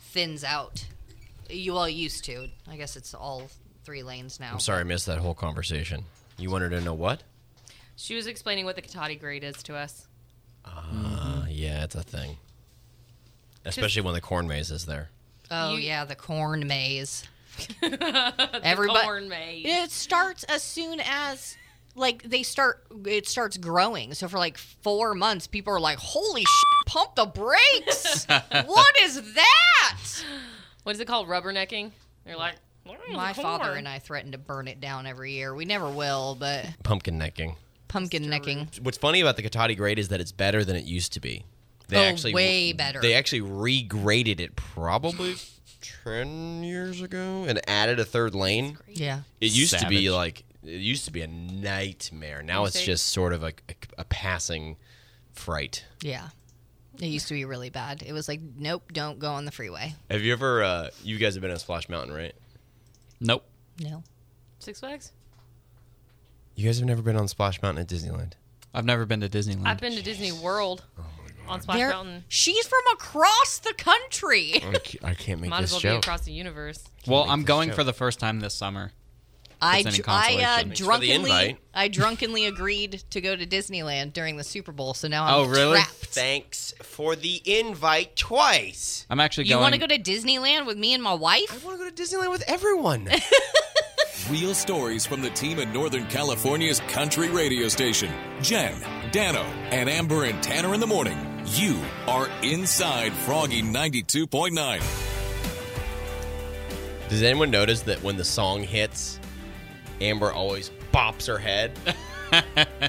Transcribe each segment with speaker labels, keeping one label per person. Speaker 1: thins out. You all used to. I guess it's all three lanes now.
Speaker 2: I'm sorry I missed that whole conversation. You wanted to know what?
Speaker 3: She was explaining what the Katati grade is to us.
Speaker 2: Uh, yeah, it's a thing. Especially when the corn maze is there.
Speaker 1: Oh
Speaker 3: You-
Speaker 1: yeah, the corn maze.
Speaker 3: The
Speaker 1: Everybody-
Speaker 3: corn maze.
Speaker 1: It starts as soon as like they start it starts growing. So for like 4 months people are like, "Holy shit, pump the brakes." what is that?
Speaker 3: What is it called? Rubbernecking? They're like,
Speaker 1: My father and I threaten to burn it down every year. We never will, but
Speaker 2: Pumpkin necking.
Speaker 1: pumpkin necking.
Speaker 2: What's funny about the Katati grade is that it's better than it used to be. They
Speaker 1: Oh,
Speaker 2: actually
Speaker 1: way better.
Speaker 2: They actually regraded it probably ten years ago and added a third lane.
Speaker 1: Yeah.
Speaker 2: It used to be
Speaker 4: Savage.
Speaker 2: like it used to be a nightmare. Now it's
Speaker 3: Mistake.
Speaker 2: just sort of a, a, a passing fright.
Speaker 1: Yeah. It used to be really bad. It was like, "Nope, don't go on the freeway."
Speaker 2: Have you ever? Uh, you guys have been on Splash Mountain, right?
Speaker 4: Nope.
Speaker 1: No.
Speaker 3: Six Flags?
Speaker 2: You guys have never been on Splash Mountain at Disneyland.
Speaker 4: I've never been to
Speaker 2: Mm,
Speaker 4: Disneyland.
Speaker 3: I've been to Disney World
Speaker 2: Oh
Speaker 3: on Splash
Speaker 1: They're-
Speaker 3: Mountain.
Speaker 1: She's from across the country.
Speaker 2: I c- I can't make
Speaker 3: Might
Speaker 2: this
Speaker 3: as well be
Speaker 2: joke.
Speaker 3: across the universe.
Speaker 4: well,
Speaker 2: make
Speaker 4: I'm
Speaker 2: this
Speaker 4: going
Speaker 2: joke.
Speaker 4: for the first time this summer.
Speaker 1: I,
Speaker 4: It's any
Speaker 1: dr- I uh,
Speaker 4: consolation. Thanks
Speaker 2: for the
Speaker 1: drunkenly
Speaker 2: invite.
Speaker 1: I drunkenly agreed to go to Disneyland during the Super Bowl, so now I'm
Speaker 4: Oh, really?
Speaker 1: trapped.
Speaker 2: Thanks for the invite twice.
Speaker 4: I'm actually
Speaker 1: You
Speaker 4: going.
Speaker 1: want to go to Disneyland with me and my
Speaker 2: I
Speaker 1: wife?
Speaker 2: want to go to Disneyland with everyone.
Speaker 5: Real stories from the team at Northern California's country radio station. Jen, Dano, and Amber and Tanner in the morning. You are inside Froggy 92.9.
Speaker 2: Does anyone notice that when the song hits, Amber always bops her head?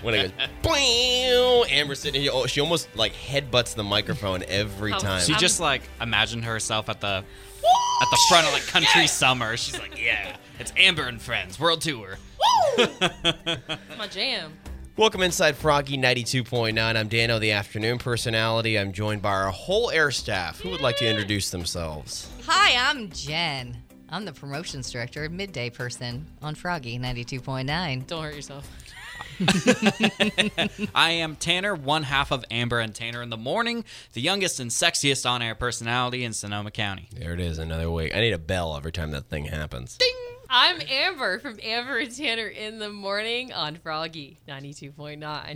Speaker 2: when it goes, "Bling," Amber's sitting here, oh, she almost like headbutts the microphone every
Speaker 3: Oh.
Speaker 2: time.
Speaker 4: She
Speaker 3: I'm-
Speaker 4: just like imagined herself at the at the front of like country summer. She's like, yeah, it's Amber and Friends World Tour.
Speaker 3: It's my jam.
Speaker 2: Welcome inside Froggy 92.9. I'm Dano, the afternoon personality. I'm joined by our whole air staff. Who would like to introduce themselves?
Speaker 1: Hi, I'm Jen. I'm the promotions director and midday person on Froggy 92.9.
Speaker 3: Don't hurt yourself.
Speaker 4: I am Tanner, one half of Amber and Tanner in the morning, the youngest and sexiest on-air personality in Sonoma County.
Speaker 2: There it is, another week. I need a bell every time that thing happens.
Speaker 3: I'm Amber from Amber and Tanner in the morning on Froggy 92.9.
Speaker 2: Uh
Speaker 3: Did I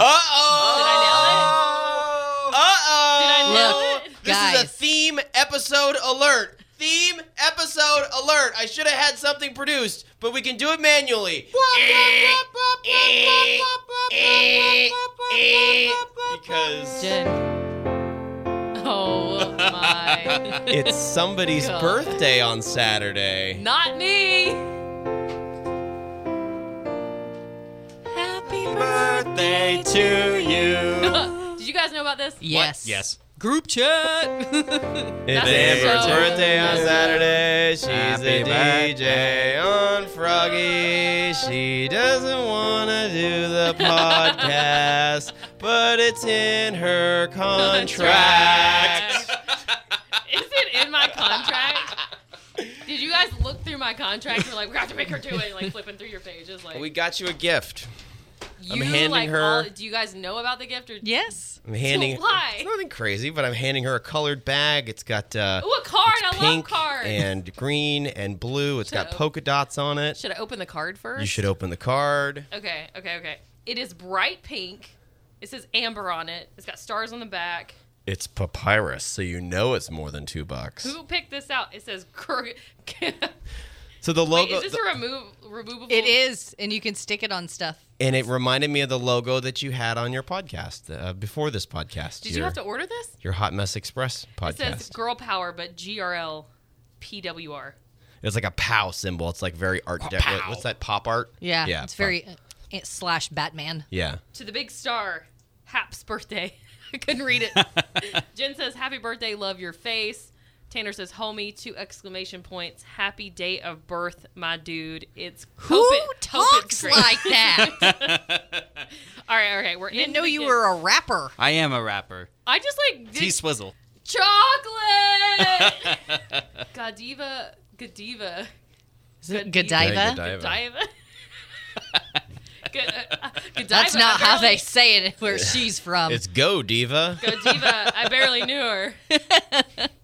Speaker 2: Uh oh.
Speaker 3: Did I nail it?
Speaker 2: This is a
Speaker 1: Guys.
Speaker 2: theme episode alert. Theme episode alert. I should have had something produced, but we can do it manually. because
Speaker 3: Jen. Oh my.
Speaker 2: it's somebody's
Speaker 3: God.
Speaker 2: birthday on Saturday.
Speaker 3: Not me.
Speaker 1: Happy
Speaker 2: Birthday to you.
Speaker 3: Did you guys know about this?
Speaker 1: Yes.
Speaker 4: Yes.
Speaker 1: Group chat.
Speaker 2: It's
Speaker 3: That's
Speaker 2: Amber's
Speaker 3: so-
Speaker 2: birthday on Saturday. She's
Speaker 4: Happy
Speaker 2: a DJ on Froggy. She doesn't want to do the podcast, but it's in her contract.
Speaker 3: Is it in my contract? Did you guys look through my contract and were like, we have to make her do it? Like flipping through your pages, like
Speaker 2: we got you a gift.
Speaker 3: you
Speaker 2: I'm handing
Speaker 3: like
Speaker 2: her-
Speaker 3: all- do you guys know about the gift or
Speaker 1: yes.
Speaker 2: I'm handing
Speaker 3: So why?
Speaker 2: It's nothing crazy, but I'm handing her a colored bag. It's got uh,
Speaker 3: Ooh, a card! I love
Speaker 2: pink
Speaker 3: cards.
Speaker 2: and green and blue. It's got
Speaker 3: Should I-
Speaker 2: polka dots on it.
Speaker 3: should I open the card first?
Speaker 2: You should open the card.
Speaker 3: Okay, okay, okay. It is bright pink. It says amber on it. It's got stars on the back.
Speaker 2: It's papyrus, so you know it's more than two bucks.
Speaker 3: Who picked this out? It says. Cur-
Speaker 2: So Oh, the
Speaker 3: Wait,
Speaker 2: logo.
Speaker 3: is this
Speaker 2: the-
Speaker 3: a remove removable?
Speaker 1: It is, and you can stick it on stuff.
Speaker 2: And it reminded me of the logo that you had on your podcast uh, before this podcast.
Speaker 3: Did
Speaker 2: your,
Speaker 3: you have to order this?
Speaker 2: Your Hot Mess Express
Speaker 3: It says
Speaker 2: podcast.
Speaker 3: girl power, but G R L P W R.
Speaker 2: It's like a POW symbol. It's like very art deco. what- What's that? Pop art?
Speaker 1: Yeah.
Speaker 2: Yeah.
Speaker 1: it's
Speaker 2: pop-
Speaker 1: very uh, it slash Batman.
Speaker 2: Yeah.
Speaker 3: To the big star, Hap's birthday. I couldn't read it. Jen says, "Happy birthday, love your face." Tanner says, "Homie!" Two exclamation points. Happy day of birth, my dude. It's
Speaker 1: Who
Speaker 3: hope it- hope it's
Speaker 1: talks
Speaker 3: great.
Speaker 1: like that?
Speaker 3: All right, all right. We're in.
Speaker 1: Didn't know you were a rapper.
Speaker 4: I am a rapper.
Speaker 3: I just like did
Speaker 4: T Swizzle.
Speaker 3: chocolate. Godiva, Godiva,
Speaker 1: Is it
Speaker 3: Good
Speaker 1: Godiva?
Speaker 2: Yeah, Godiva.
Speaker 3: Godiva. Go- uh, Godiva.
Speaker 1: That's not
Speaker 3: I
Speaker 1: how they
Speaker 3: barely-
Speaker 1: say it where she's from.
Speaker 2: It's Go Diva.
Speaker 3: Godiva. I barely knew her.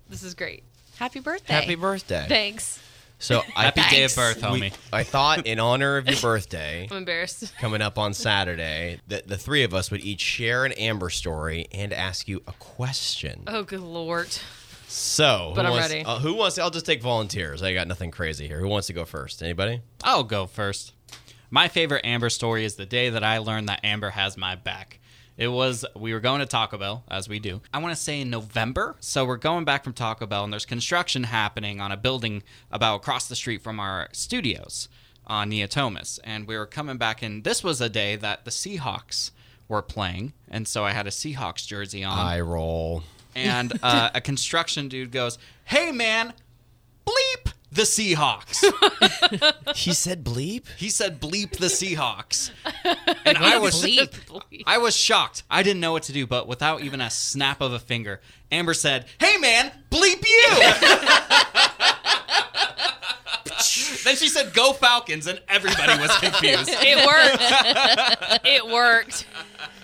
Speaker 3: This is great.
Speaker 1: Happy birthday.
Speaker 2: Happy birthday.
Speaker 3: Thanks.
Speaker 2: So I
Speaker 4: Happy day of
Speaker 1: Thanks.
Speaker 4: birth,
Speaker 2: we-
Speaker 4: homie.
Speaker 2: I thought in honor of your birthday
Speaker 3: I'm embarrassed.
Speaker 2: coming up on Saturday that the three of us would each share an Amber story and ask you a question.
Speaker 3: Oh, good lord.
Speaker 2: So, who
Speaker 3: But I'm
Speaker 2: wants,
Speaker 3: ready.
Speaker 2: uh, who wants? I'll just take volunteers. I got nothing crazy here. Who wants to go first? Anybody?
Speaker 4: I'll go first. My favorite Amber story is the day that I learned that Amber has my back. It was, we were going to Taco Bell, as we do. I want to say in November. So we're going back from Taco Bell, and there's construction happening on a building about across the street from our studios on Neotomas. And we were coming back, and this was a day that the Seahawks were playing. And so I had a Seahawks jersey on
Speaker 2: I roll.
Speaker 4: and uh, a construction dude goes, "Hey man, bleep the Seahawks."
Speaker 2: He said bleep.
Speaker 4: he said, "Bleep the Seahawks," and I was
Speaker 1: Bleep.
Speaker 4: I was shocked. I didn't know what to do, but without even a snap of a finger, Amber said, "Hey man, bleep you." then she said, "Go Falcons," and everybody was confused.
Speaker 3: It worked. it worked.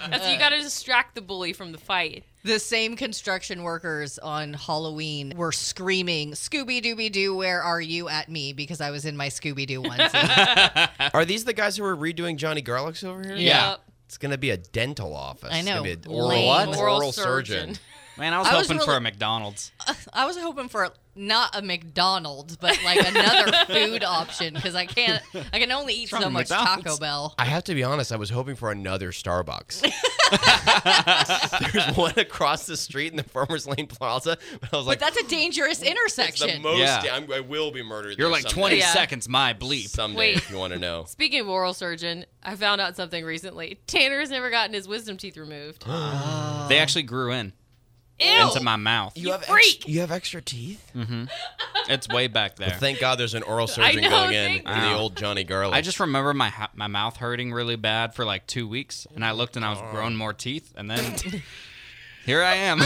Speaker 3: That's, you got to distract the bully from the fight.
Speaker 1: The same construction workers on Halloween were screaming, Scooby Dooby Doo, where are you at me? Because I was in my Scooby Doo onesie.
Speaker 2: Are these the guys who are redoing Johnny Garlic's over here?
Speaker 4: Yeah.
Speaker 3: Yup.
Speaker 2: It's gonna be a dental office.
Speaker 1: I
Speaker 2: It's gonna
Speaker 1: know.
Speaker 2: be an oral,
Speaker 1: Lame.
Speaker 2: oral,
Speaker 3: Oral
Speaker 2: surgeon.
Speaker 3: surgeon.
Speaker 4: Man, I was
Speaker 1: I was
Speaker 4: hoping for
Speaker 1: really-
Speaker 4: a McDonald's.
Speaker 1: I was hoping for not a McDonald's, but like another food option because I can't, I can only eat so
Speaker 4: From
Speaker 1: much
Speaker 4: McDonald's.
Speaker 1: Taco Bell.
Speaker 2: I have to be honest. I was hoping for another Starbucks. There's one across the street in the Farmers Lane Plaza. But I was like,
Speaker 1: But that's a dangerous
Speaker 2: it's the
Speaker 1: intersection.
Speaker 2: most.
Speaker 4: Yeah.
Speaker 2: I'm, I will be murdered.
Speaker 4: You're
Speaker 2: there
Speaker 4: like
Speaker 2: someday.
Speaker 4: 20
Speaker 3: Yeah.
Speaker 4: seconds, my bleep.
Speaker 2: someday
Speaker 3: Wait.
Speaker 2: if you want to know.
Speaker 3: Speaking of oral surgeon, I found out something recently. Tanner has never gotten his wisdom teeth removed.
Speaker 4: They actually grew in
Speaker 3: Ew.
Speaker 4: into my mouth.
Speaker 3: You have ex- freak.
Speaker 2: you have extra teeth.
Speaker 4: Mm. It's way back there.
Speaker 2: Thank God there's an oral surgeon
Speaker 3: know,
Speaker 2: going in
Speaker 3: thank
Speaker 2: in the
Speaker 4: God.
Speaker 2: old Johnny Garlic.
Speaker 4: Ah. I just remember my ha- my mouth hurting really bad for like two weeks, and I looked and I was growing more teeth, and then here I am.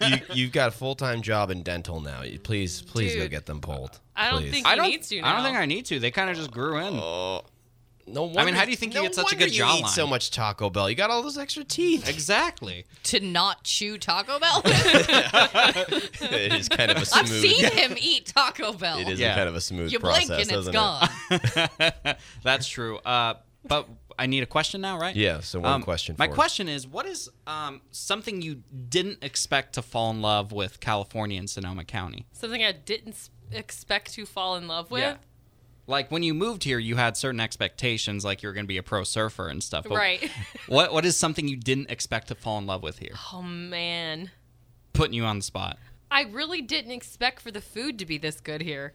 Speaker 2: you, you've got a full time job in dental now. You- Please, please go
Speaker 3: Dude.
Speaker 2: get them pulled.
Speaker 3: I don't
Speaker 2: Please.
Speaker 3: think-
Speaker 4: I don't.
Speaker 3: need to
Speaker 4: I don't
Speaker 3: now.
Speaker 4: think I need to. They kind of just grew in.
Speaker 2: No wonder,
Speaker 4: how do you think you
Speaker 2: no
Speaker 4: get such a
Speaker 2: wonder
Speaker 4: good
Speaker 2: you Eat
Speaker 4: jawline?
Speaker 2: so much Taco Bell. You got all those extra teeth.
Speaker 4: Exactly.
Speaker 1: to not chew Taco Bell?
Speaker 2: it is kind of a smooth.
Speaker 1: I've seen him eat Taco Bell.
Speaker 2: It is
Speaker 4: Yeah.
Speaker 2: kind of a smooth
Speaker 1: You
Speaker 2: process,
Speaker 1: blink and it's
Speaker 2: doesn't
Speaker 1: gone.
Speaker 4: That's true. Uh, but I need a question now, right? Um,
Speaker 2: Yeah, so one question
Speaker 4: My
Speaker 2: for us.
Speaker 4: question is, what is um, something you didn't expect to fall in love with California and Sonoma County?
Speaker 3: Something I didn't s- expect to fall in love with.
Speaker 4: Like when you moved here, you had certain expectations, like you were going to be a pro surfer and stuff. but
Speaker 3: Right.
Speaker 4: What What is something you didn't expect to fall in love with here?
Speaker 3: Oh man,
Speaker 4: Putting you on the spot.
Speaker 3: I really didn't expect for the food to be this good here.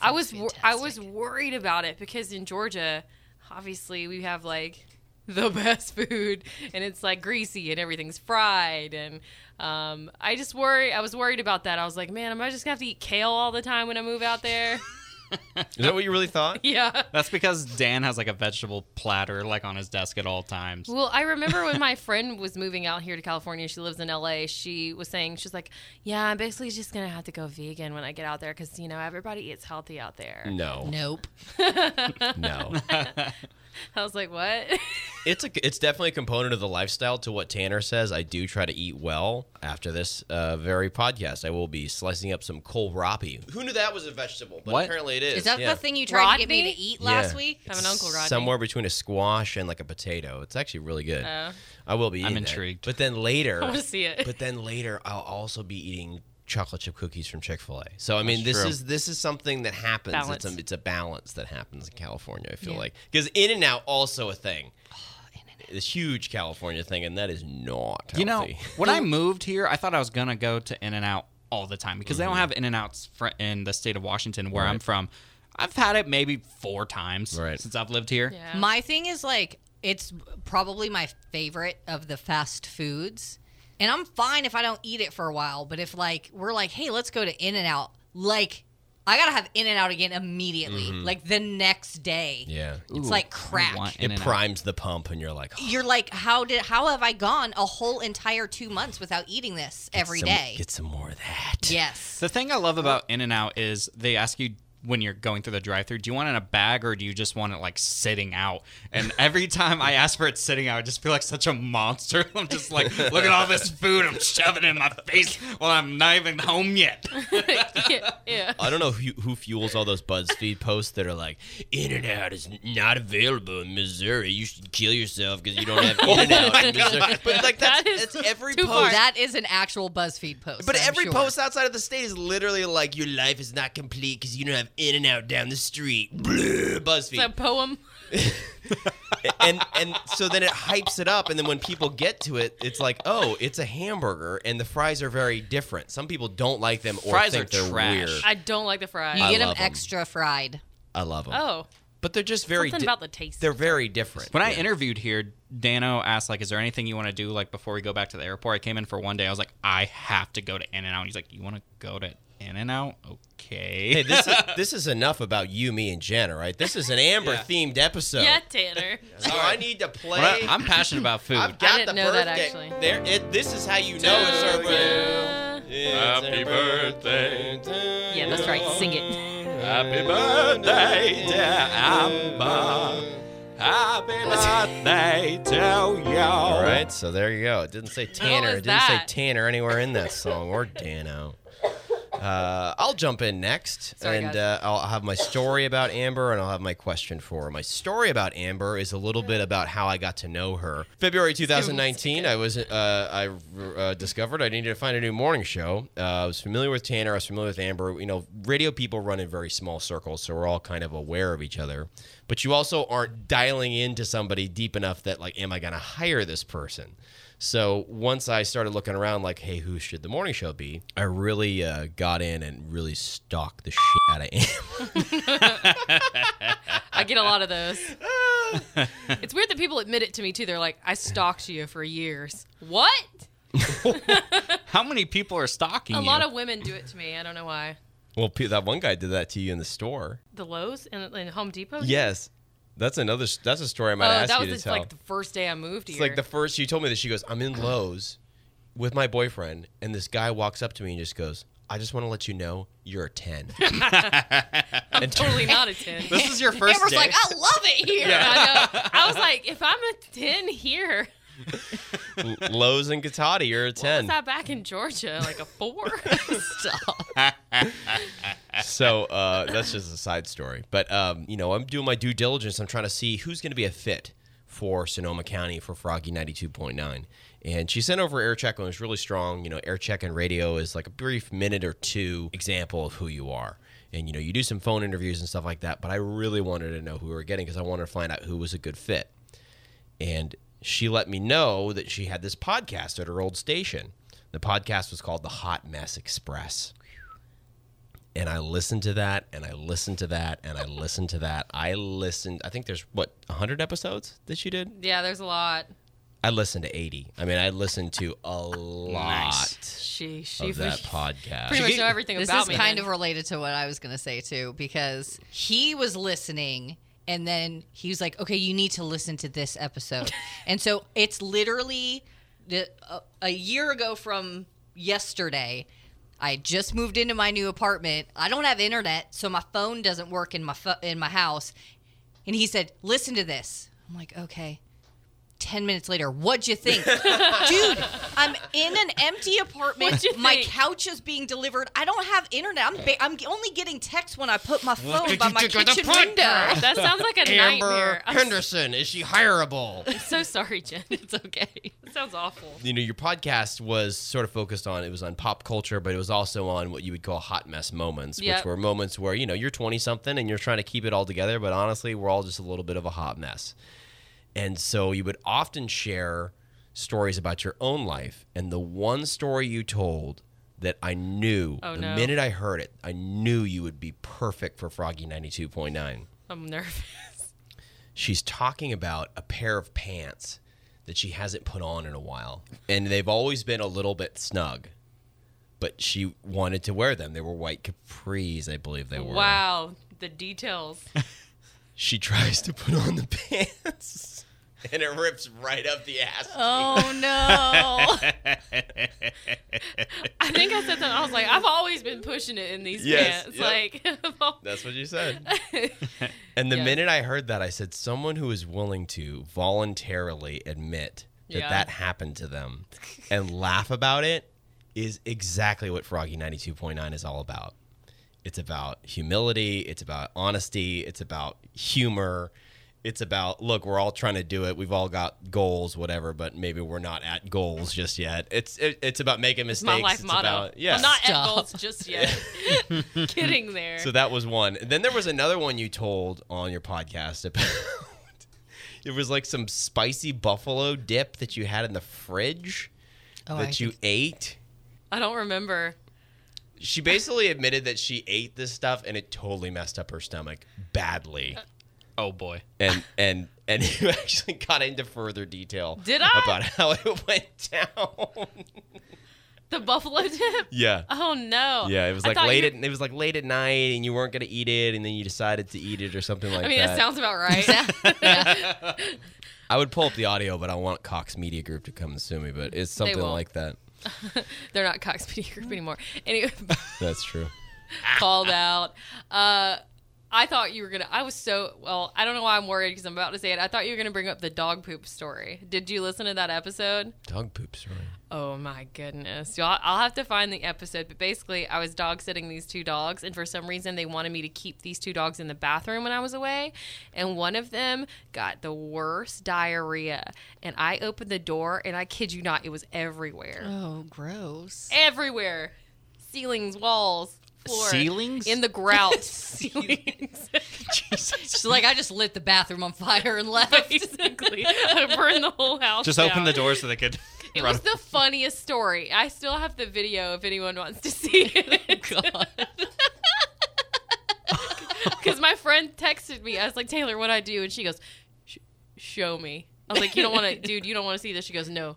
Speaker 3: I was wor- I was worried about it because in Georgia, obviously we have like the best food and it's like greasy and everything's fried and um, I just worry I was worried about that. I was like, man, am I just gonna have to eat kale all the time when I move out there?
Speaker 2: Is that what you really thought?
Speaker 3: yeah.
Speaker 4: That's because Dan has like a vegetable platter like on his desk at all times.
Speaker 3: Well, I remember when my friend was moving out here to California. She lives in LA. She was saying, she's like, yeah, I'm basically just going to have to go vegan when I get out there because, you know, everybody eats healthy out there.
Speaker 2: No,
Speaker 1: Nope.
Speaker 2: no.
Speaker 3: I was like, what?
Speaker 2: it's a, it's definitely a component of the lifestyle. To what Tanner says, I do try to eat well. After this uh, very podcast, I will be slicing up some kohlrabi. Who knew that was a vegetable? But
Speaker 4: What?
Speaker 2: apparently it is.
Speaker 1: Is that
Speaker 2: Yeah.
Speaker 1: the thing you tried to get me
Speaker 3: Rodney?
Speaker 1: to eat last
Speaker 2: Yeah.
Speaker 1: week?
Speaker 3: I have an uncle, Rodney.
Speaker 2: somewhere between a squash and like a potato. It's actually really good. I will be.
Speaker 4: I'm
Speaker 2: eating that.
Speaker 4: intrigued.
Speaker 2: But then later,
Speaker 3: Oh. I wanna see it.
Speaker 2: But then later, I'll also be eating chocolate chip cookies from Chick Fil A. So I mean,
Speaker 4: That's
Speaker 2: this
Speaker 4: true.
Speaker 2: is this is something that happens.
Speaker 3: Balance.
Speaker 2: It's a it's a balance that happens in California. I feel like because In and Out also a thing. This huge California thing, and that is not healthy.
Speaker 4: You know, when I moved here, I thought I was going to go to In N Out all the time because they don't have In N Outs fr- in the state of Washington where I'm from. I've had it maybe four times
Speaker 2: Right.
Speaker 4: since I've lived here.
Speaker 3: Yeah.
Speaker 1: My thing is like it's probably my favorite of the fast foods. And I'm fine if I don't eat it for a while, but if like we're like, "Hey, let's go to In and Out." Like I got to have In and Out again immediately, like the next day.
Speaker 2: Mm-hmm. yeah,
Speaker 1: It's
Speaker 4: Ooh,
Speaker 1: like
Speaker 4: I
Speaker 1: crack.
Speaker 4: want
Speaker 2: it
Speaker 4: In-N-Out.
Speaker 2: primes the pump, and you're like, oh,
Speaker 1: You're like, "How did how have I gone a whole entire 2 months without eating this every
Speaker 2: some-
Speaker 1: day?"
Speaker 2: Get some more of that.
Speaker 1: Yes.
Speaker 4: The thing I love about In N Out is they ask you when you're going through the drive-through? Do you want it in a bag or do you just want it like sitting out? And every time I ask for it sitting out, I just feel like such a monster. I'm just like, look at all this food I'm shoving in my face while I'm not even home yet.
Speaker 3: yeah, yeah.
Speaker 2: I don't know who, who fuels all those BuzzFeed posts that are like, "In-N-Out is not available in Missouri. You should kill yourself because you don't have
Speaker 4: Oh
Speaker 2: In-N-Out in Missouri." But like that's,
Speaker 3: That is
Speaker 2: that's every
Speaker 3: too
Speaker 2: post.
Speaker 3: far.
Speaker 1: Oh, That is an actual BuzzFeed post.
Speaker 2: But
Speaker 1: I'm
Speaker 2: every
Speaker 1: sure.
Speaker 2: post outside of the state is literally like, "Your life is not complete because you don't have In-N-Out down the street." Blah, BuzzFeed.
Speaker 3: It's a poem.
Speaker 2: and and so then it hypes it up and then when people get to it it's like oh it's a hamburger and the fries are very different some people don't like them or
Speaker 4: Fries
Speaker 2: think
Speaker 4: are
Speaker 2: they're
Speaker 4: trash.
Speaker 2: weird
Speaker 3: I don't like the fries.
Speaker 1: you
Speaker 2: I
Speaker 1: get them
Speaker 2: love 'em.
Speaker 1: extra fried.
Speaker 2: i love them
Speaker 3: oh,
Speaker 2: but they're just very
Speaker 3: something
Speaker 2: di-
Speaker 3: about the taste.
Speaker 2: they're very different
Speaker 4: When I
Speaker 2: Yeah.
Speaker 4: interviewed here, Dano asked like, "Is there anything you want to do like before we go back to the airport?" I came in for one day. I was like, "I have to go to In and Out." He's like, "You want to go to In and Out? Okay."
Speaker 2: Hey, this is, this is enough about you, me, and Jen, all right? This is an Amber themed episode.
Speaker 3: yeah, Tanner.
Speaker 2: So I need to play.
Speaker 4: Well, I'm passionate about food.
Speaker 2: I've got
Speaker 3: I didn't
Speaker 2: the
Speaker 3: know that,
Speaker 2: birthday.
Speaker 3: actually.
Speaker 2: There, it, this is how you know it's her birthday.
Speaker 3: Uh,
Speaker 2: Happy birthday.
Speaker 3: yeah, that's right. Sing it.
Speaker 4: Happy birthday to Amber. Happy birthday to you.
Speaker 2: All right, so there you go. It didn't say Tanner.
Speaker 3: was
Speaker 2: It didn't
Speaker 3: that?
Speaker 2: say Tanner anywhere in that song or Dano. Uh, I'll jump in next,
Speaker 1: Sorry,
Speaker 2: and
Speaker 1: guys.
Speaker 2: uh, I'll have my story about Amber, and I'll have my question for her. My story about Amber is a little bit about how I got to know her. February 2019, I was uh, I uh, discovered I needed to find a new morning show. Uh, I was familiar with Tanner, I was familiar with Amber. You know, radio people run in very small circles, so we're all kind of aware of each other. But you also aren't dialing into somebody deep enough that like, am I going to hire this person? So once I started looking around, like, hey, who should the morning show be? I really uh, got in and really stalked the shit out of Amber.
Speaker 3: I get a lot of those. it's weird that people admit it to me too. They're like, "I stalked you for years." What?
Speaker 4: How many people are stalking
Speaker 3: A
Speaker 4: you?
Speaker 3: lot of women do it to me. I don't know why.
Speaker 2: Well, Pete, that one guy did that to you in the store.
Speaker 3: The Lowe's in, in Home Depot.
Speaker 2: Yes, that's another. s- That's a story I might
Speaker 3: Oh,
Speaker 2: ask
Speaker 3: that
Speaker 2: you
Speaker 3: was
Speaker 2: to
Speaker 3: just,
Speaker 2: tell.
Speaker 3: like the first day I moved
Speaker 2: it's
Speaker 3: here.
Speaker 2: like the first she told me that she goes, I'm in Lowe's with my boyfriend, and this guy walks up to me and just goes, I just want to let you know you're a ten. and
Speaker 3: totally not a ten.
Speaker 4: This is your first
Speaker 1: Amber's
Speaker 4: day.
Speaker 1: like, I love it here.
Speaker 3: I know. I was like, if I'm a ten here,
Speaker 2: Lowe's and Katati, you're a ten.
Speaker 3: was I back in Georgia like a four?
Speaker 1: Stop.
Speaker 2: so uh, that's just a side story. But um, you know, I'm doing my due diligence. I'm trying to see who's going to be a fit for Sonoma County for Froggy 92.9. And she sent over air check and it was really strong. You know, air check and radio is like a brief minute or two example of who you are. And you know, you do some phone interviews and stuff like that. But I really wanted to know who we were getting because I wanted to find out who was a good fit and she let me know that she had this podcast at her old station. The podcast was called The Hot Mess Express. And I listened to that and I listened to that and I listened to that. I listened, I think there's what, 100 episodes that she did?
Speaker 3: yeah, there's a lot.
Speaker 2: I listened to 80. I mean, I listened to a lot
Speaker 3: She she
Speaker 2: of that
Speaker 3: she
Speaker 2: podcast.
Speaker 3: pretty much know everything
Speaker 1: This
Speaker 3: about
Speaker 1: is
Speaker 3: me.
Speaker 1: kind
Speaker 3: then.
Speaker 1: of related to what I was going to say too, because he was listening and then he was like, okay, you need to listen to this episode. and so it's literally the, a, a year ago from yesterday. I just moved into my new apartment. I don't have internet, so my phone doesn't work in my pho- in my house. And he said, "Listen to this." I'm like, "Okay." 10 minutes later, what'd you think? Dude, I'm in an empty apartment.
Speaker 3: What'd you
Speaker 1: My
Speaker 3: think?
Speaker 1: couch is being delivered. I don't have internet. I'm, ba- I'm only getting text when I put my phone by my kitchen window.
Speaker 3: That sounds like a nightmare. I'm
Speaker 2: Henderson, is she hireable?
Speaker 3: so sorry, Jen. It's okay. It sounds awful.
Speaker 2: you know your podcast was sort of focused on it was on pop culture but it was also on what you would call hot mess moments
Speaker 3: Yep.
Speaker 2: which were moments where you know you're 20 something and you're trying to keep it all together but honestly we're all just a little bit of a hot mess and so you would often share stories about your own life and the one story you told that I knew
Speaker 3: Oh,
Speaker 2: the
Speaker 3: no.
Speaker 2: minute I heard it, I knew you would be perfect for Froggy 92.9
Speaker 3: I'm nervous.
Speaker 2: talking about a pair of pants that she hasn't put on in a while. And they've always been a little bit snug, but she wanted to wear them. They were white capris, I believe they were.
Speaker 3: Wow, the details.
Speaker 2: She tries to put on the pants. and it rips right up the ass.
Speaker 3: Oh no! I think I said something. I was like, I've always been pushing it in these
Speaker 2: Yes,
Speaker 3: pants.
Speaker 2: yep.
Speaker 3: Like,
Speaker 2: That's what you said. And the
Speaker 3: Yes.
Speaker 2: minute I heard that, I said, someone who is willing to voluntarily admit that
Speaker 3: Yeah.
Speaker 2: that happened to them and laugh about it is exactly what Froggy 92.9 is all about. It's about humility, it's about honesty, it's about humor. It's about, look, we're all trying to do it. We've all got goals, whatever, but maybe we're not at goals just yet. It's it, it's about making mistakes.
Speaker 3: my life
Speaker 2: It's
Speaker 3: motto.
Speaker 2: about- yeah.
Speaker 3: I'm not
Speaker 1: Stop.
Speaker 3: at goals just yet. Getting there.
Speaker 2: So that was one. And then there was another one you told on your podcast about. it was like some spicy buffalo dip that you had in the fridge
Speaker 1: Oh,
Speaker 2: that
Speaker 1: I
Speaker 2: you ate.
Speaker 3: I don't remember.
Speaker 2: She basically admitted that she ate this stuff and it totally messed up her stomach
Speaker 3: Uh,
Speaker 2: badly.
Speaker 4: Oh boy.
Speaker 2: And and and you actually got into further detail
Speaker 3: Did I?
Speaker 2: about how it went down.
Speaker 3: The buffalo dip.
Speaker 2: yeah.
Speaker 3: Oh no.
Speaker 2: Yeah, it was
Speaker 3: I
Speaker 2: like
Speaker 3: thought
Speaker 2: late
Speaker 3: you-
Speaker 2: at it was like late at night and you weren't going to eat it and then you decided to eat it or something like
Speaker 3: I mean,
Speaker 2: that.
Speaker 3: that sounds about right.
Speaker 2: I would pull up the audio, but I want Cox Media Group to come and sue me. But it's something
Speaker 3: won't.
Speaker 2: like that.
Speaker 3: They're not Cox Media Group anymore. Anyway,
Speaker 2: That's true.
Speaker 3: called out. Uh, I thought you were gonna. I was so well. I don't know why I'm worried because I'm about to say it. I thought you were gonna bring up the dog poop story. Did you listen to that episode?
Speaker 2: Dog poop story.
Speaker 3: Oh my goodness. Y'all, I'll have to find the episode, but basically, I was dog sitting these two dogs, and for some reason, they wanted me to keep these two dogs in the bathroom when I was away. And one of them got the worst diarrhea. And I opened the door, and I kid you not, it was everywhere.
Speaker 1: Oh, gross.
Speaker 3: Everywhere. Ceilings, walls, floor.
Speaker 4: Ceilings?
Speaker 3: In the grout. Ceilings.
Speaker 1: She's like, I just lit the bathroom on fire and left.
Speaker 3: Basically, I burned the whole house.
Speaker 4: Just
Speaker 3: down.
Speaker 4: open the door so they could
Speaker 3: It
Speaker 4: run.
Speaker 3: was the funniest story. I still have the video if anyone wants to see it. Because my friend texted me. I was like, Taylor, what I do? And she goes, "Sh- Show me. I was like, You don't want to, dude, you don't want to see this. She goes, No,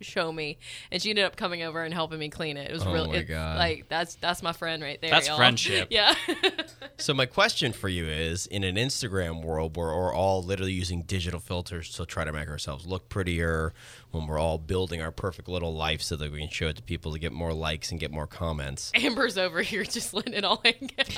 Speaker 3: show me. And she ended up coming over and helping me clean it. It was
Speaker 2: Oh
Speaker 3: real.
Speaker 2: my
Speaker 3: it's
Speaker 2: God.
Speaker 3: Like, that's that's my friend right there.
Speaker 4: That's
Speaker 3: y'all.
Speaker 4: friendship.
Speaker 3: Yeah.
Speaker 2: So my question for you is: In an Instagram world where we're all literally using digital filters to try to make ourselves look prettier, when we're all building our perfect little life so that we can show it to people to get more likes and get more comments,
Speaker 3: Amber's over here just letting it all hang out.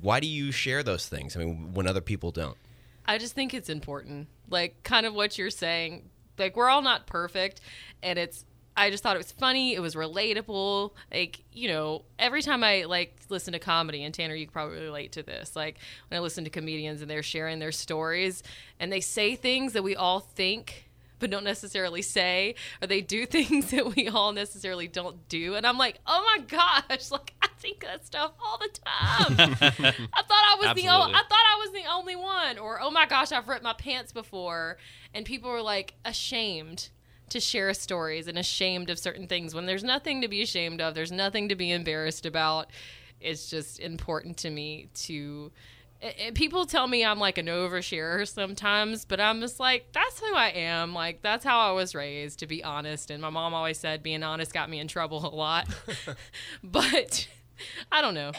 Speaker 2: why do you share those things? I mean, when other people don't.
Speaker 3: I just think it's important. Like kind of what you're saying. Like we're all not perfect and it's I just thought it was funny, it was relatable. Like, you know, every time I like listen to comedy and Tanner you could probably relate to this. Like when I listen to comedians and they're sharing their stories and they say things that we all think but don't necessarily say or they do things that we all necessarily don't do and i'm like oh my gosh like i think that stuff all the time i thought i was the only
Speaker 4: Absolutely.
Speaker 3: i thought i was the only one or oh my gosh i've ripped my pants before and people were like ashamed to share stories and ashamed of certain things when there's nothing to be ashamed of there's nothing to be embarrassed about it's just important to me to and- and people tell me I'm like an oversharer sometimes, but I'm just like, that's who I am. Like, that's how I was raised, to be honest. And my mom always said being honest got me in trouble a lot. but I don't know.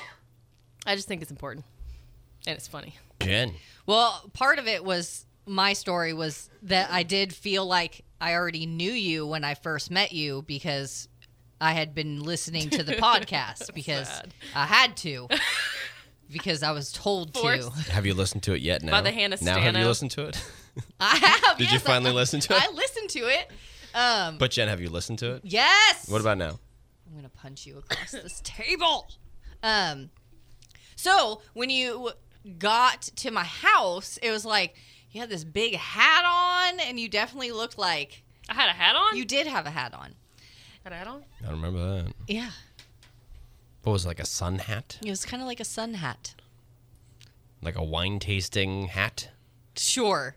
Speaker 3: I just think it's important. And it's funny.
Speaker 2: Jen,
Speaker 1: Well, part of it was my story was that I did feel like I already knew you when I first met you because I had been listening to the podcast because
Speaker 3: sad.
Speaker 1: I had to because I was told to.
Speaker 3: Forced.
Speaker 2: have you listened to it yet? Now,
Speaker 3: the Hannah
Speaker 2: now have you
Speaker 3: Stano.
Speaker 2: listened to it?
Speaker 1: I have.
Speaker 2: Did you
Speaker 1: yes, I-
Speaker 2: finally listen to it?
Speaker 1: I listened to it. Um,
Speaker 2: but Jen, have you listened to it?
Speaker 1: yes.
Speaker 2: What about now?
Speaker 1: I'm gonna punch you across this table. Um, so when you got to my house, it was like you had this big hat on, and you definitely looked like
Speaker 3: I had a hat on.
Speaker 1: you did have a hat on.
Speaker 3: had a hat on?
Speaker 2: I don't remember that.
Speaker 1: Yeah,
Speaker 2: What was it, like a sun hat?
Speaker 1: it was kind of like a sun hat.
Speaker 2: like a wine tasting hat.
Speaker 1: Sure.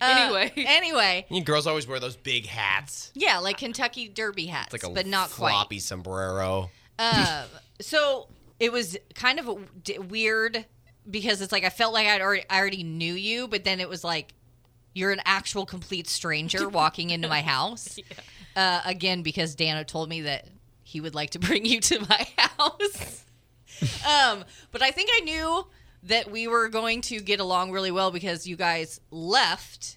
Speaker 1: Uh,
Speaker 3: Anyway.
Speaker 1: anyway,
Speaker 2: You girls always wear those big hats.
Speaker 1: yeah, like Kentucky Derby hats,
Speaker 2: It's like a
Speaker 1: but not quite.
Speaker 2: floppy sombrero.
Speaker 1: So it was kind of d- weird because it's like I felt like I'd already, I already knew you, but then it was like you're an actual complete stranger walking into my house. Uh, again, because Dana told me that he would like to bring you to my house. um, but I think I knew that we were going to get along really well because you guys left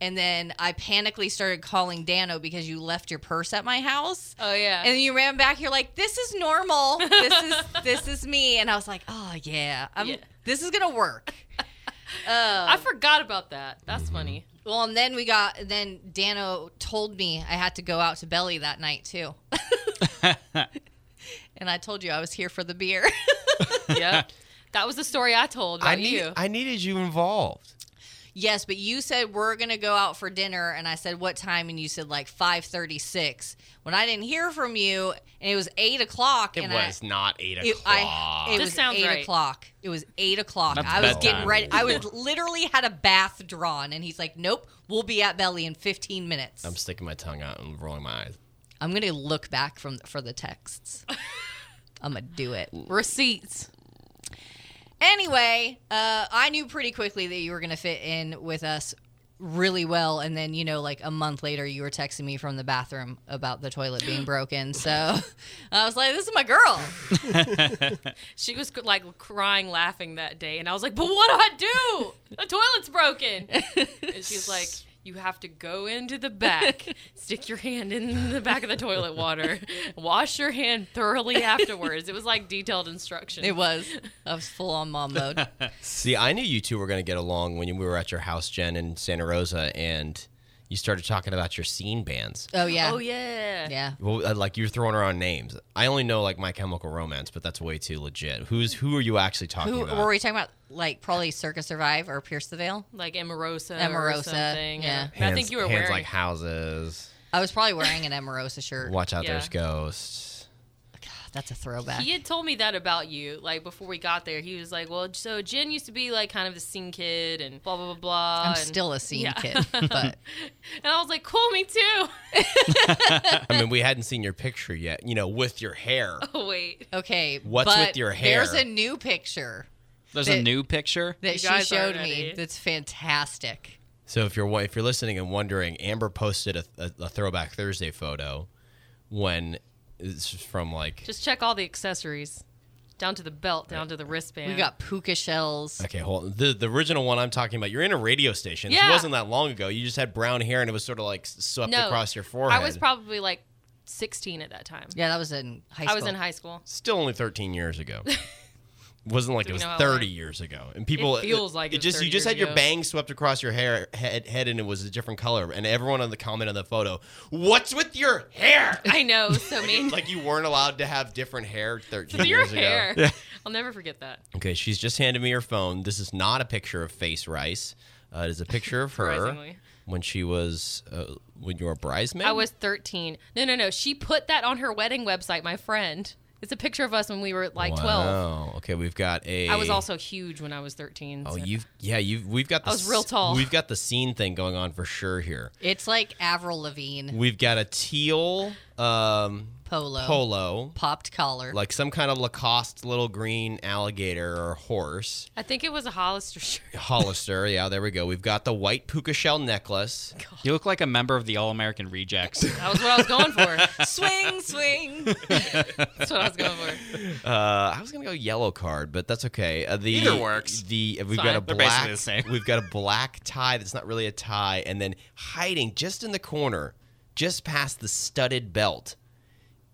Speaker 1: And then I panically started calling Dano because you left your purse at my house.
Speaker 3: Oh yeah.
Speaker 1: And then you ran back. You're like, "This is normal. This is this is me." And I was like, "Oh yeah, I'm,
Speaker 3: Yeah.
Speaker 1: this is gonna work."
Speaker 3: I forgot about that. That's funny.
Speaker 1: Well, and then we got. Then Dano told me I had to go out to Belly that night too. and I told you I was here for the beer.
Speaker 3: Yeah. that was the story I told about
Speaker 2: I need,
Speaker 3: you.
Speaker 2: I needed you involved.
Speaker 1: yes, but you said we're gonna go out for dinner, and I said what time, and you said like five thirty six. When I didn't hear from you, and it was eight o'clock.
Speaker 2: It
Speaker 1: and I,
Speaker 2: was not eight
Speaker 1: It,
Speaker 2: o'clock.
Speaker 1: I, it
Speaker 3: This
Speaker 1: was
Speaker 3: sounds
Speaker 1: eight
Speaker 3: right.
Speaker 1: o'clock. It was eight o'clock.
Speaker 4: That's
Speaker 1: I was
Speaker 4: bedtime.
Speaker 1: getting ready. I was literally had a bath drawn, and he's like, "Nope, we'll be at Belly in fifteen minutes."
Speaker 2: I'm sticking my tongue out and rolling my eyes.
Speaker 1: I'm gonna look back from for the texts. I'm gonna do it.
Speaker 3: Receipts.
Speaker 1: Anyway, uh, I knew pretty quickly that you were gonna fit in with us really well, and then you know, like a month later, you were texting me from the bathroom about the toilet being broken. So I was like, "This is my girl."
Speaker 3: She was like crying, laughing that day, and I was like, "But what do I do? The toilet's broken." and she's like, "You have to go into the back, stick your hand in the back of the toilet water, wash your hand thoroughly afterwards." It was like detailed instructions.
Speaker 1: It was. I was full on mom mode.
Speaker 2: See, I knew you two were going to get along when you- we were at your house, Jen, in Santa Rosa, and you started talking about your scene bands.
Speaker 1: Oh yeah.
Speaker 3: Oh yeah.
Speaker 1: Yeah.
Speaker 2: Well, uh, like you're throwing around names. I only know like My Chemical Romance, but that's way too legit. Who's who are you actually talking
Speaker 1: Who
Speaker 2: about?
Speaker 1: were we talking about? Like probably Circus Survive or Pierce the Veil.
Speaker 3: Like Amorosa, or
Speaker 1: Amorosa,
Speaker 3: something.
Speaker 1: yeah.
Speaker 3: And I think you were
Speaker 2: hands
Speaker 3: wearing
Speaker 2: like houses.
Speaker 1: I was probably wearing an Amorosa shirt.
Speaker 2: Watch out,
Speaker 3: Yeah.
Speaker 2: there's ghosts.
Speaker 1: That's a throwback.
Speaker 3: He had told me that about you, like before we got there. He was like, "Well, so Jen used to be like kind of the scene kid, and blah blah blah blah."
Speaker 1: I'm
Speaker 3: and,
Speaker 1: still a scene
Speaker 3: Yeah.
Speaker 1: kid, but
Speaker 3: and I was like, "Cool, me too."
Speaker 2: I mean, we hadn't seen your picture yet. You know, with your hair.
Speaker 3: oh wait,
Speaker 1: okay.
Speaker 2: What's with
Speaker 1: but
Speaker 2: your hair?
Speaker 1: There's a new picture
Speaker 4: There's
Speaker 1: That-
Speaker 4: a new picture.
Speaker 1: that
Speaker 3: You
Speaker 1: she
Speaker 3: guys
Speaker 1: showed
Speaker 3: aren't
Speaker 1: me
Speaker 3: ready.
Speaker 1: that's fantastic.
Speaker 2: So if you're wa- if you're listening and wondering, Amber posted a, a, a throwback Thursday photo when it's from like
Speaker 3: just check all the accessories, down to the belt, down to the wristband.
Speaker 1: We got puka shells.
Speaker 2: Okay, hold on. The, the original one I'm talking about, you're in a radio station. This
Speaker 3: Yeah.
Speaker 2: wasn't that long ago. You just had brown hair and it was sort of like s- swept
Speaker 3: no
Speaker 2: across your forehead.
Speaker 3: I was probably like 16 at that time.
Speaker 1: Yeah, that was in high school.
Speaker 3: I was in high school.
Speaker 2: Still only 13 years ago. wasn't like
Speaker 3: we
Speaker 2: it was
Speaker 3: know how
Speaker 2: 30
Speaker 3: long?
Speaker 2: years ago. And people
Speaker 3: It feels like it was
Speaker 2: just
Speaker 3: 30
Speaker 2: you just
Speaker 3: years
Speaker 2: had your
Speaker 3: ago.
Speaker 2: bangs swept across your hair head, head and it was a different color and everyone on the comment on the photo, "What's with your hair?"
Speaker 3: I know, so mean.
Speaker 2: like you weren't allowed to have different hair 13
Speaker 3: your
Speaker 2: years ago.
Speaker 3: hair. I'll never forget that.
Speaker 2: Okay, she's just handed me her phone. This is not a picture of Face Rice. Uh, it is a picture of her
Speaker 3: Surprisingly.
Speaker 2: when she was uh, when you were a bridesmaid.
Speaker 3: I was 13. No, no, no. She put that on her wedding website, my friend. It's a picture of us when we were like 12.
Speaker 2: Wow. Okay, we've got a.
Speaker 3: I was also huge when I was 13.
Speaker 2: Oh,
Speaker 3: so-
Speaker 2: you've yeah you've we've got. The
Speaker 3: was real
Speaker 2: s-
Speaker 3: tall.
Speaker 2: We've got the scene thing going on for sure here.
Speaker 1: It's like Avril Lavigne
Speaker 2: We've got a teal um,
Speaker 1: polo,
Speaker 2: polo,
Speaker 1: popped collar.
Speaker 2: like some kind of Lacoste little green alligator or horse.
Speaker 3: I think it was a Hollister shirt.
Speaker 2: Hollister, yeah, there we go. We've got the white puka shell necklace.
Speaker 4: You look like a member of the All American Rejects.
Speaker 3: That was what I was going for.
Speaker 1: swing, swing.
Speaker 3: That's what I was going for.
Speaker 2: Uh, I was gonna go yellow card, but that's okay. Uh, the
Speaker 4: Either works.
Speaker 2: The uh, we've
Speaker 3: Fine.
Speaker 2: got a
Speaker 4: They're
Speaker 2: black.
Speaker 4: basically the same.
Speaker 2: We've got a black tie that's not really a tie, and then hiding just in the corner, just past the studded belt,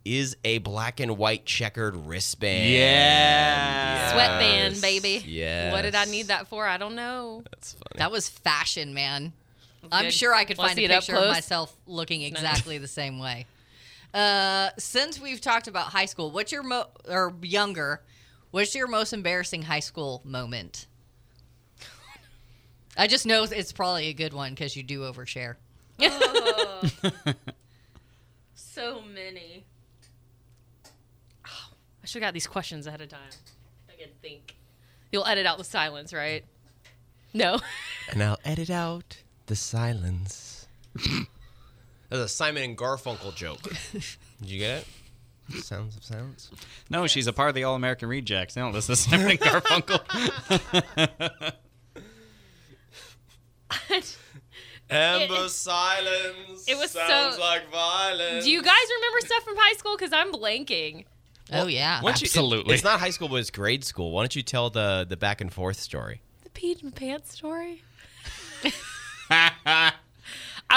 Speaker 2: is a black and white checkered wristband.
Speaker 4: yeah.
Speaker 3: Sweatband, baby.
Speaker 2: Yes.
Speaker 3: What did I need that for? I don't know.
Speaker 2: that's funny.
Speaker 1: That was fashion, man. I'm
Speaker 3: good.
Speaker 1: sure I could
Speaker 3: Wanna
Speaker 1: find
Speaker 3: see
Speaker 1: a
Speaker 3: it up
Speaker 1: picture of
Speaker 3: close?
Speaker 1: myself looking exactly the same way. Uh, since we've talked about high school, what's your mo- or younger? What's your most embarrassing high school moment? I just know it's probably a good one because you do overshare.
Speaker 3: So many. Oh, I should have got these questions ahead of time. I can think. You'll edit out the silence, right? No.
Speaker 2: and I'll edit out the silence. that's a Simon and Garfunkel joke. Did you get it? Sounds of silence.
Speaker 4: No, she's a part of the All American Rejects. No, this is Simon and Garfunkel.
Speaker 2: Amber silence.
Speaker 3: it was so-
Speaker 2: sounds like violence.
Speaker 3: Do you guys remember stuff from high school? Because I'm blanking.
Speaker 1: oh yeah,
Speaker 2: Why don't you-
Speaker 4: Absolutely.
Speaker 2: it's not high school, but it's grade school. Why don't you tell the the back and forth story?
Speaker 3: The peed in the pants story. I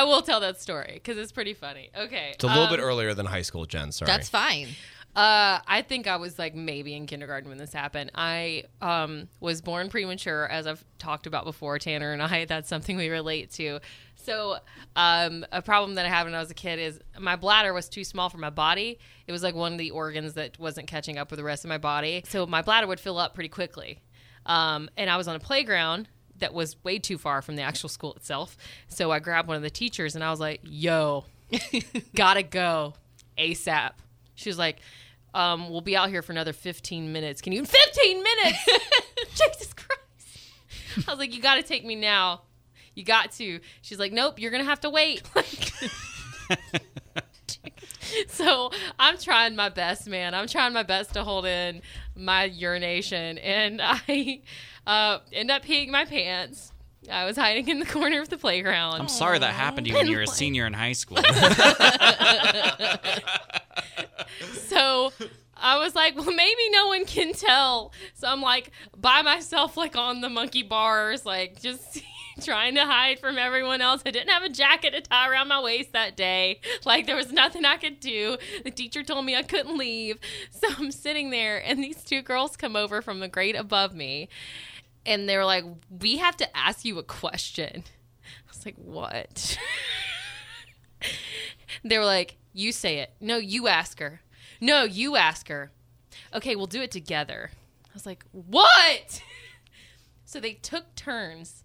Speaker 3: will tell that story because it's pretty funny. Okay.
Speaker 2: It's a little
Speaker 3: Um,
Speaker 2: bit earlier than high school, Jen. Sorry.
Speaker 1: That's fine.
Speaker 3: Uh, I think I was like maybe in kindergarten when this happened. I um, was born premature, as I've talked about before. Tanner and I, that's something we relate to. So, um, a problem that I had when I was a kid is my bladder was too small for my body. It was like one of the organs that wasn't catching up with the rest of my body. So, my bladder would fill up pretty quickly. Um, and I was on a playground that was way too far from the actual school itself. So, I grabbed one of the teachers and I was like, yo, gotta go ASAP. She was like, um, we'll be out here for another 15 minutes. Can you? 15 minutes! Jesus Christ. I was like, you gotta take me now. You got to. She's like, nope, you're gonna have to wait. Like- so I'm trying my best, man. I'm trying my best to hold in my urination, and I uh, end up peeing my pants. I was hiding in the corner of the playground.
Speaker 4: I'm sorry that happened to you when you were a
Speaker 3: "Oh,
Speaker 4: senior in high school.
Speaker 3: so I was like, well, maybe no one can tell. So I'm like by myself, like on the monkey bars, like just trying to hide from everyone else. I didn't have a jacket to tie around my waist that day. Like there was nothing I could do. The teacher told me I couldn't leave. So I'm sitting there, and these two girls come over from the grade above me, and they were like, we have to ask you a question. I was like, what? They were like, "You say it. No, you ask her. No, you ask her. Okay, we'll do it together." I was like, "What?" so they took turns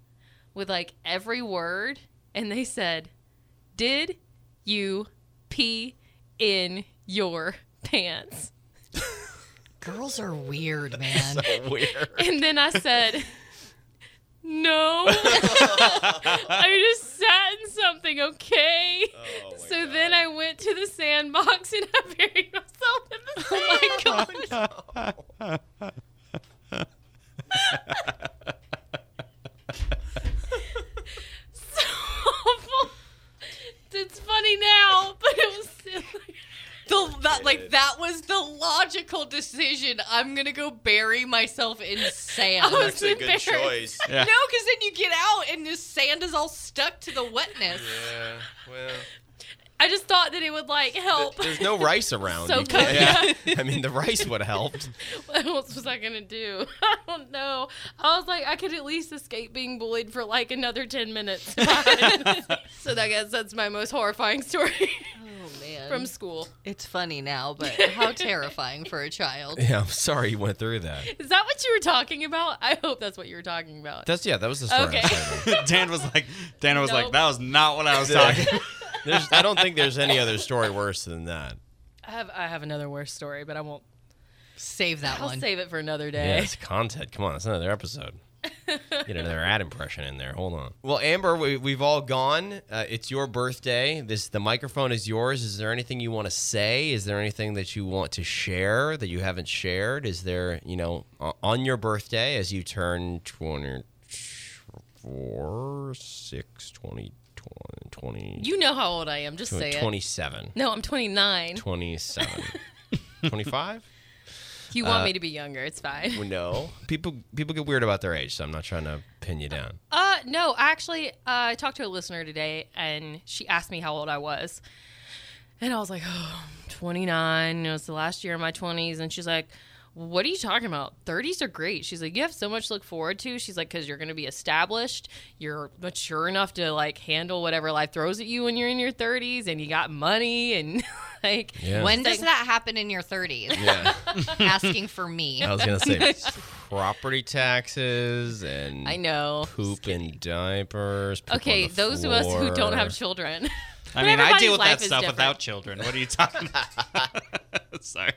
Speaker 3: with like every word, and they said, "Did you pee in your pants?"
Speaker 1: Girls are weird, man.
Speaker 2: weird.
Speaker 3: And then I said, "No." I just sat in something. Okay. So then I went to the sandbox and I buried myself in the sand. Oh my god! so awful. It's funny now, but it was silly.
Speaker 1: the, that, like that was the logical decision. I'm gonna go bury myself in sand.
Speaker 3: I was
Speaker 2: Actually, a good
Speaker 3: embarrassed.
Speaker 2: choice.
Speaker 1: No,
Speaker 4: Yeah.
Speaker 1: because then you get out and the sand is all stuck to the wetness.
Speaker 2: Yeah. Well,
Speaker 3: I just thought that it would like help.
Speaker 2: there's no rice around.
Speaker 3: So
Speaker 2: You can't-
Speaker 3: coconut.
Speaker 2: yeah. I mean, the rice would have helped.
Speaker 3: what else was I gonna do? I don't know. I was like, I could at least escape being bullied for like another ten minutes. so that I guess that's my most horrifying story
Speaker 1: Oh man,
Speaker 3: from school.
Speaker 1: it's funny now, but how terrifying for a child.
Speaker 2: Yeah, I'm sorry you went through that.
Speaker 3: Is that what you were talking about? I hope that's what you were talking about.
Speaker 2: That's yeah. That was the story. I was
Speaker 3: Okay.
Speaker 2: telling.
Speaker 4: Dan was like, Dan was like,
Speaker 3: Nope.
Speaker 4: that was not what I was
Speaker 2: Yeah.
Speaker 4: talking. about.
Speaker 2: There's, I don't think there's any other story worse than that.
Speaker 3: I have I have another worse story, but I won't.
Speaker 1: Save that
Speaker 3: I'll
Speaker 1: one.
Speaker 3: save it for another day.
Speaker 2: Yeah, it's content. Come on, it's another episode. Get another ad impression in there. Hold on. Well, Amber, we, we've all gone. Uh, it's your birthday. This the microphone is yours. Is there anything you want to say? Is there anything that you want to share that you haven't shared? Is there you know o- on your birthday as you turn 24, 6, 20, 20,
Speaker 3: You know how old I am. Just say it.
Speaker 2: 27,
Speaker 3: No, I'm 29.
Speaker 2: 27, 25.
Speaker 3: You want me to be younger? It's fine.
Speaker 2: Well, No, people people get weird about their age, so I'm not trying to pin you down.
Speaker 3: Uh, no, actually, uh, I talked to a listener today, and she asked me how old I was, and I was like, oh, I'm 29. It was the last year of my 20s, and she's like, "What are you talking about? 30s are great." She's like, "You have so much to look forward to." She's like, "Cause you're gonna be established, you're mature enough to like handle whatever life throws at you when you're in your 30s, and you got money, and like,
Speaker 2: Yeah.
Speaker 1: When does that happen in your 30s?
Speaker 2: Yeah,
Speaker 1: Asking for me.
Speaker 2: I was gonna say property taxes and
Speaker 3: I know."
Speaker 2: poop and diapers. poop on
Speaker 3: Okay,
Speaker 2: the
Speaker 3: those of us who don't have
Speaker 2: floor.
Speaker 3: children.
Speaker 4: I mean, I
Speaker 3: everybody's
Speaker 4: deal with
Speaker 3: life
Speaker 4: that
Speaker 3: is
Speaker 4: stuff
Speaker 3: different.
Speaker 4: without children. What are you talking about? Sorry.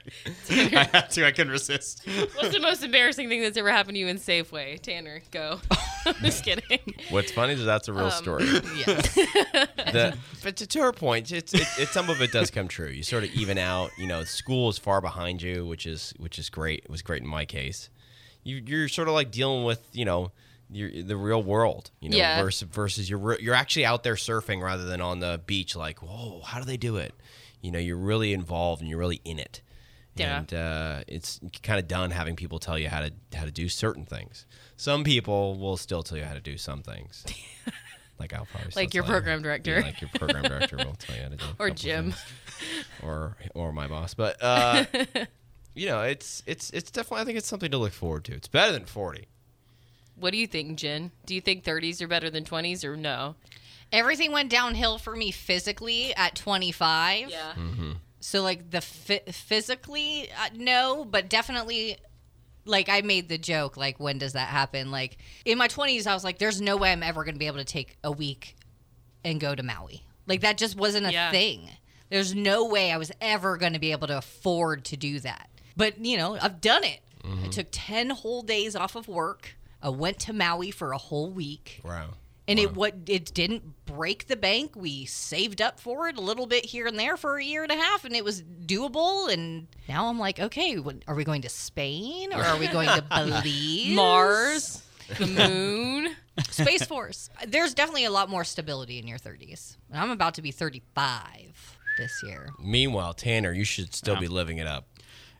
Speaker 4: I had to. I couldn't resist.
Speaker 3: What's the most embarrassing thing that's ever happened to you in Safeway? Tanner, go. Just kidding.
Speaker 2: What's funny is that's a
Speaker 3: Um,
Speaker 2: real story.
Speaker 1: Yes.
Speaker 2: The- but to, to her point, it's it, it, some of it does come true. You sort of even out. You know, school is far behind you, which is which is great. It was great in my case. You, you're sort of like dealing with you know your, the real world. You know,
Speaker 3: Yeah.
Speaker 2: versus versus you're re- you're actually out there surfing rather than on the beach. Like, whoa, how do they do it? You know, you're really involved and you're really in it.
Speaker 3: Yeah.
Speaker 2: And uh, it's kind of done having people tell you how to how to do certain things. Some people will still tell you how to do some things. Like I'll probably
Speaker 3: Like
Speaker 2: still
Speaker 3: your
Speaker 2: tell you.
Speaker 3: program director.
Speaker 2: Yeah, like your program director will tell you how to do. a
Speaker 3: Or
Speaker 2: couple
Speaker 3: Jim.
Speaker 2: things. or or my boss, but uh, you know, it's it's it's definitely. I think it's something to look forward to. It's better than forty.
Speaker 3: What do you think, Jen? Do you think 30s are better than 20s or no?
Speaker 1: Everything went downhill for me physically at 25. So like the phy- physically, uh, no, but definitely. Like I made the joke, like when does that happen? Like in my twenties, I was like, "There's no way I'm ever going to be able to take a week and go to Maui." Like that just wasn't a
Speaker 3: Yeah.
Speaker 1: thing. There's no way I was ever going to be able to afford to do that. But you know, I've done it. I took ten whole days off of work. I went to Maui for a whole week.
Speaker 2: Wow.
Speaker 1: And it what it didn't break the bank. We saved up for it a little bit here and there for a year and a half, and it was doable. And now I'm like, okay, what, are we going to Spain or are we going to Belize,
Speaker 3: Mars, the moon.
Speaker 1: Space Force? There's definitely a lot more stability in your 30s. And I'm about to be 35 this year.
Speaker 2: Meanwhile, Tanner, you should still be living it up.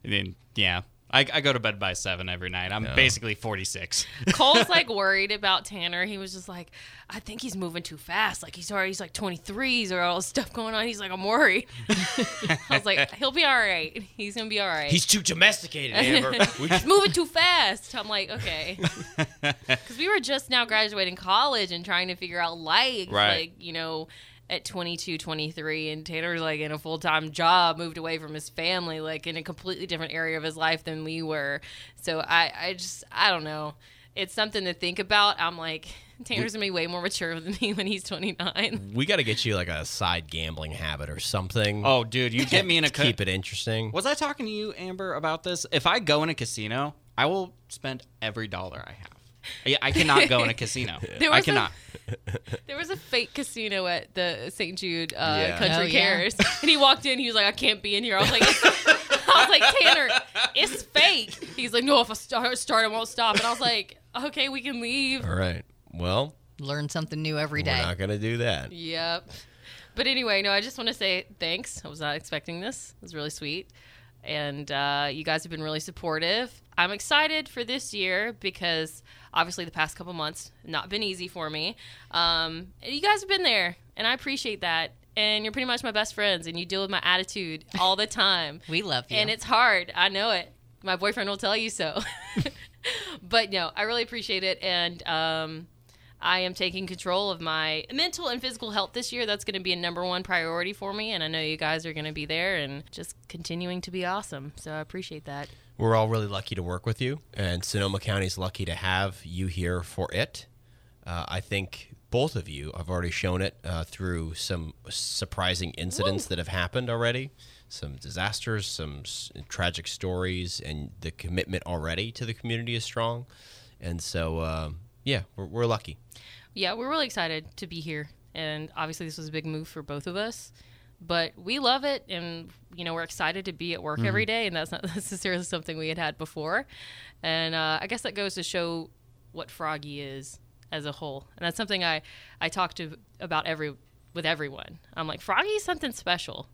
Speaker 4: I mean, yeah. I, I go to bed by seven every night. I'm basically 46.
Speaker 3: Cole's like worried about Tanner. He was just like, I think he's moving too fast. Like he's already he's like 23. He's got all this stuff going on. He's like, I'm worried. I was like, he'll be all right. He's gonna be all right.
Speaker 2: He's too domesticated, Amber. We-
Speaker 3: He's moving too fast. I'm like, okay, because we were just now graduating college and trying to figure out life.
Speaker 4: Right.
Speaker 3: Like you know. At 22, 23, and Tanner's like in a full time job, moved away from his family, like in a completely different area of his life than we were. So I, I just, I don't know. It's something to think about. I'm like, Tanner's gonna be way more mature than me when he's 29.
Speaker 2: we got to get you like a side gambling habit or something.
Speaker 4: Oh, dude, you get me in a co-
Speaker 2: keep it interesting.
Speaker 4: Was I talking to you, Amber, about this? If I go in a casino, I will spend every dollar I have. Yeah, I cannot go in a casino.
Speaker 3: There
Speaker 4: I
Speaker 3: was a-
Speaker 4: cannot.
Speaker 3: There was a fake casino at the St. Jude uh,
Speaker 2: Yeah.
Speaker 1: Oh,
Speaker 3: Country
Speaker 1: yeah.
Speaker 3: Cares, and he walked in. He was like, "I can't be in here." I was like, "I was like Tanner, it's fake." He's like, "No, if I start, start, I won't stop." And I was like, "Okay, we can leave."
Speaker 2: All right. Well,
Speaker 1: Learn something new every
Speaker 2: we're
Speaker 1: day.
Speaker 2: not gonna do that.
Speaker 3: Yep. But anyway, no, I just want to say thanks. I was not expecting this. It was really sweet. And uh, you guys have been really supportive. I'm excited for this year because obviously the past couple months not been easy for me. Um, and you guys have been there, and I appreciate that. And you're pretty much my best friends, and you deal with my attitude all the time.
Speaker 1: we love you.
Speaker 3: And it's hard. I know it. My boyfriend will tell you so. but no, I really appreciate it. And um, I am taking control of my mental and physical health this year. That's going to be a number one priority for me. And I know you guys are going to be there and just continuing to be awesome. So I appreciate that.
Speaker 2: We're all really lucky to work with you, and Sonoma County's lucky to have you here for it. Uh, I think both of you have already shown it uh, through some surprising incidents that have happened already, some disasters, some s- tragic stories, and the commitment already to the community is strong. And so, um, yeah, we're, we're lucky.
Speaker 3: Yeah, we're really excited to be here. And obviously, this was a big move for both of us. But we love it, and you know we're excited to be at work every day, and that's not necessarily something we had had before. And uh, I guess that goes to show what Froggy is as a whole, and that's something I I talk to about every with everyone. I'm like Froggy's something special,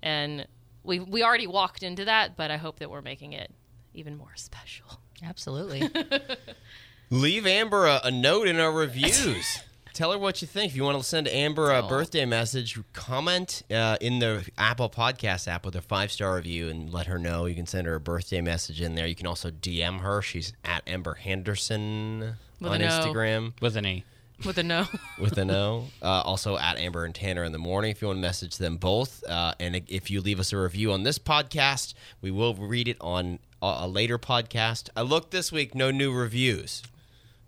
Speaker 3: and we we already walked into that, but I hope that we're making it even more special.
Speaker 1: Absolutely.
Speaker 2: Leave Amber a, a note in our reviews. Tell her what you think. If you want to send Amber a birthday message, comment uh, in the Apple Podcast app with a five star review and let her know. You can send her a birthday message in there. You can also DM her. She's at Amber Henderson
Speaker 3: With
Speaker 2: on
Speaker 3: an O.
Speaker 2: Instagram
Speaker 4: With an E.
Speaker 3: With a no,
Speaker 2: with an O. Uh, also at Amber and Tanner in the morning if you want to message them both. Uh, and if you leave us a review on this podcast, we will read it on a, a later podcast. I looked this week, no new reviews.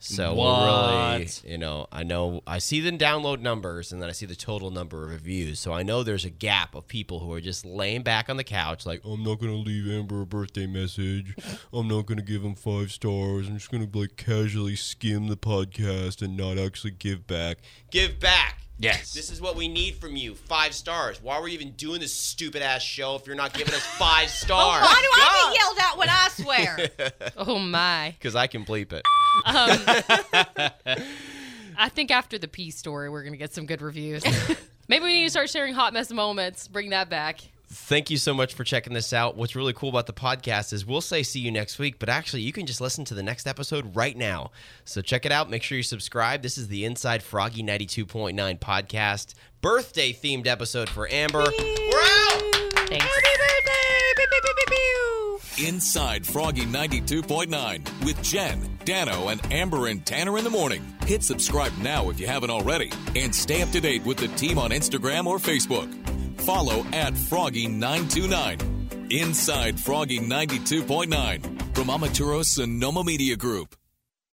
Speaker 2: So we're really,
Speaker 4: What?
Speaker 2: you know, I know I see the download numbers and then I see the total number of reviews. So I know there's a gap of people who are just laying back on the couch, like, I'm not gonna leave Amber a birthday message. I'm not gonna give him five stars. I'm just gonna like casually skim the podcast and not actually give back. Give back.
Speaker 4: Yes.
Speaker 2: This is what we need from you. Five stars. Why were you even doing this stupid ass show if you're not giving us five stars?
Speaker 1: Why do I get yelled at when I swear?
Speaker 3: oh my.
Speaker 2: Because I can bleep it.
Speaker 3: I think after the pee story, we're gonna get some good reviews. Maybe we need to start sharing hot mess moments. Bring that back.
Speaker 2: Thank you so much for checking this out. What's really cool about the podcast is we'll say see you next week, but actually, you can just listen to the next episode right now. So check it out. Make sure you subscribe. This is the Inside Froggy 92.9 podcast, birthday themed episode for Amber. We're out.
Speaker 1: Thanks.
Speaker 5: Inside Froggy 92.9 with Jen, Dano, and Amber and Tanner in the morning. Hit subscribe now if you haven't already and stay up to date with the team on Instagram or Facebook. Follow at Froggy929. Inside Froggy 92.9 from Amaturo Sonoma Media Group.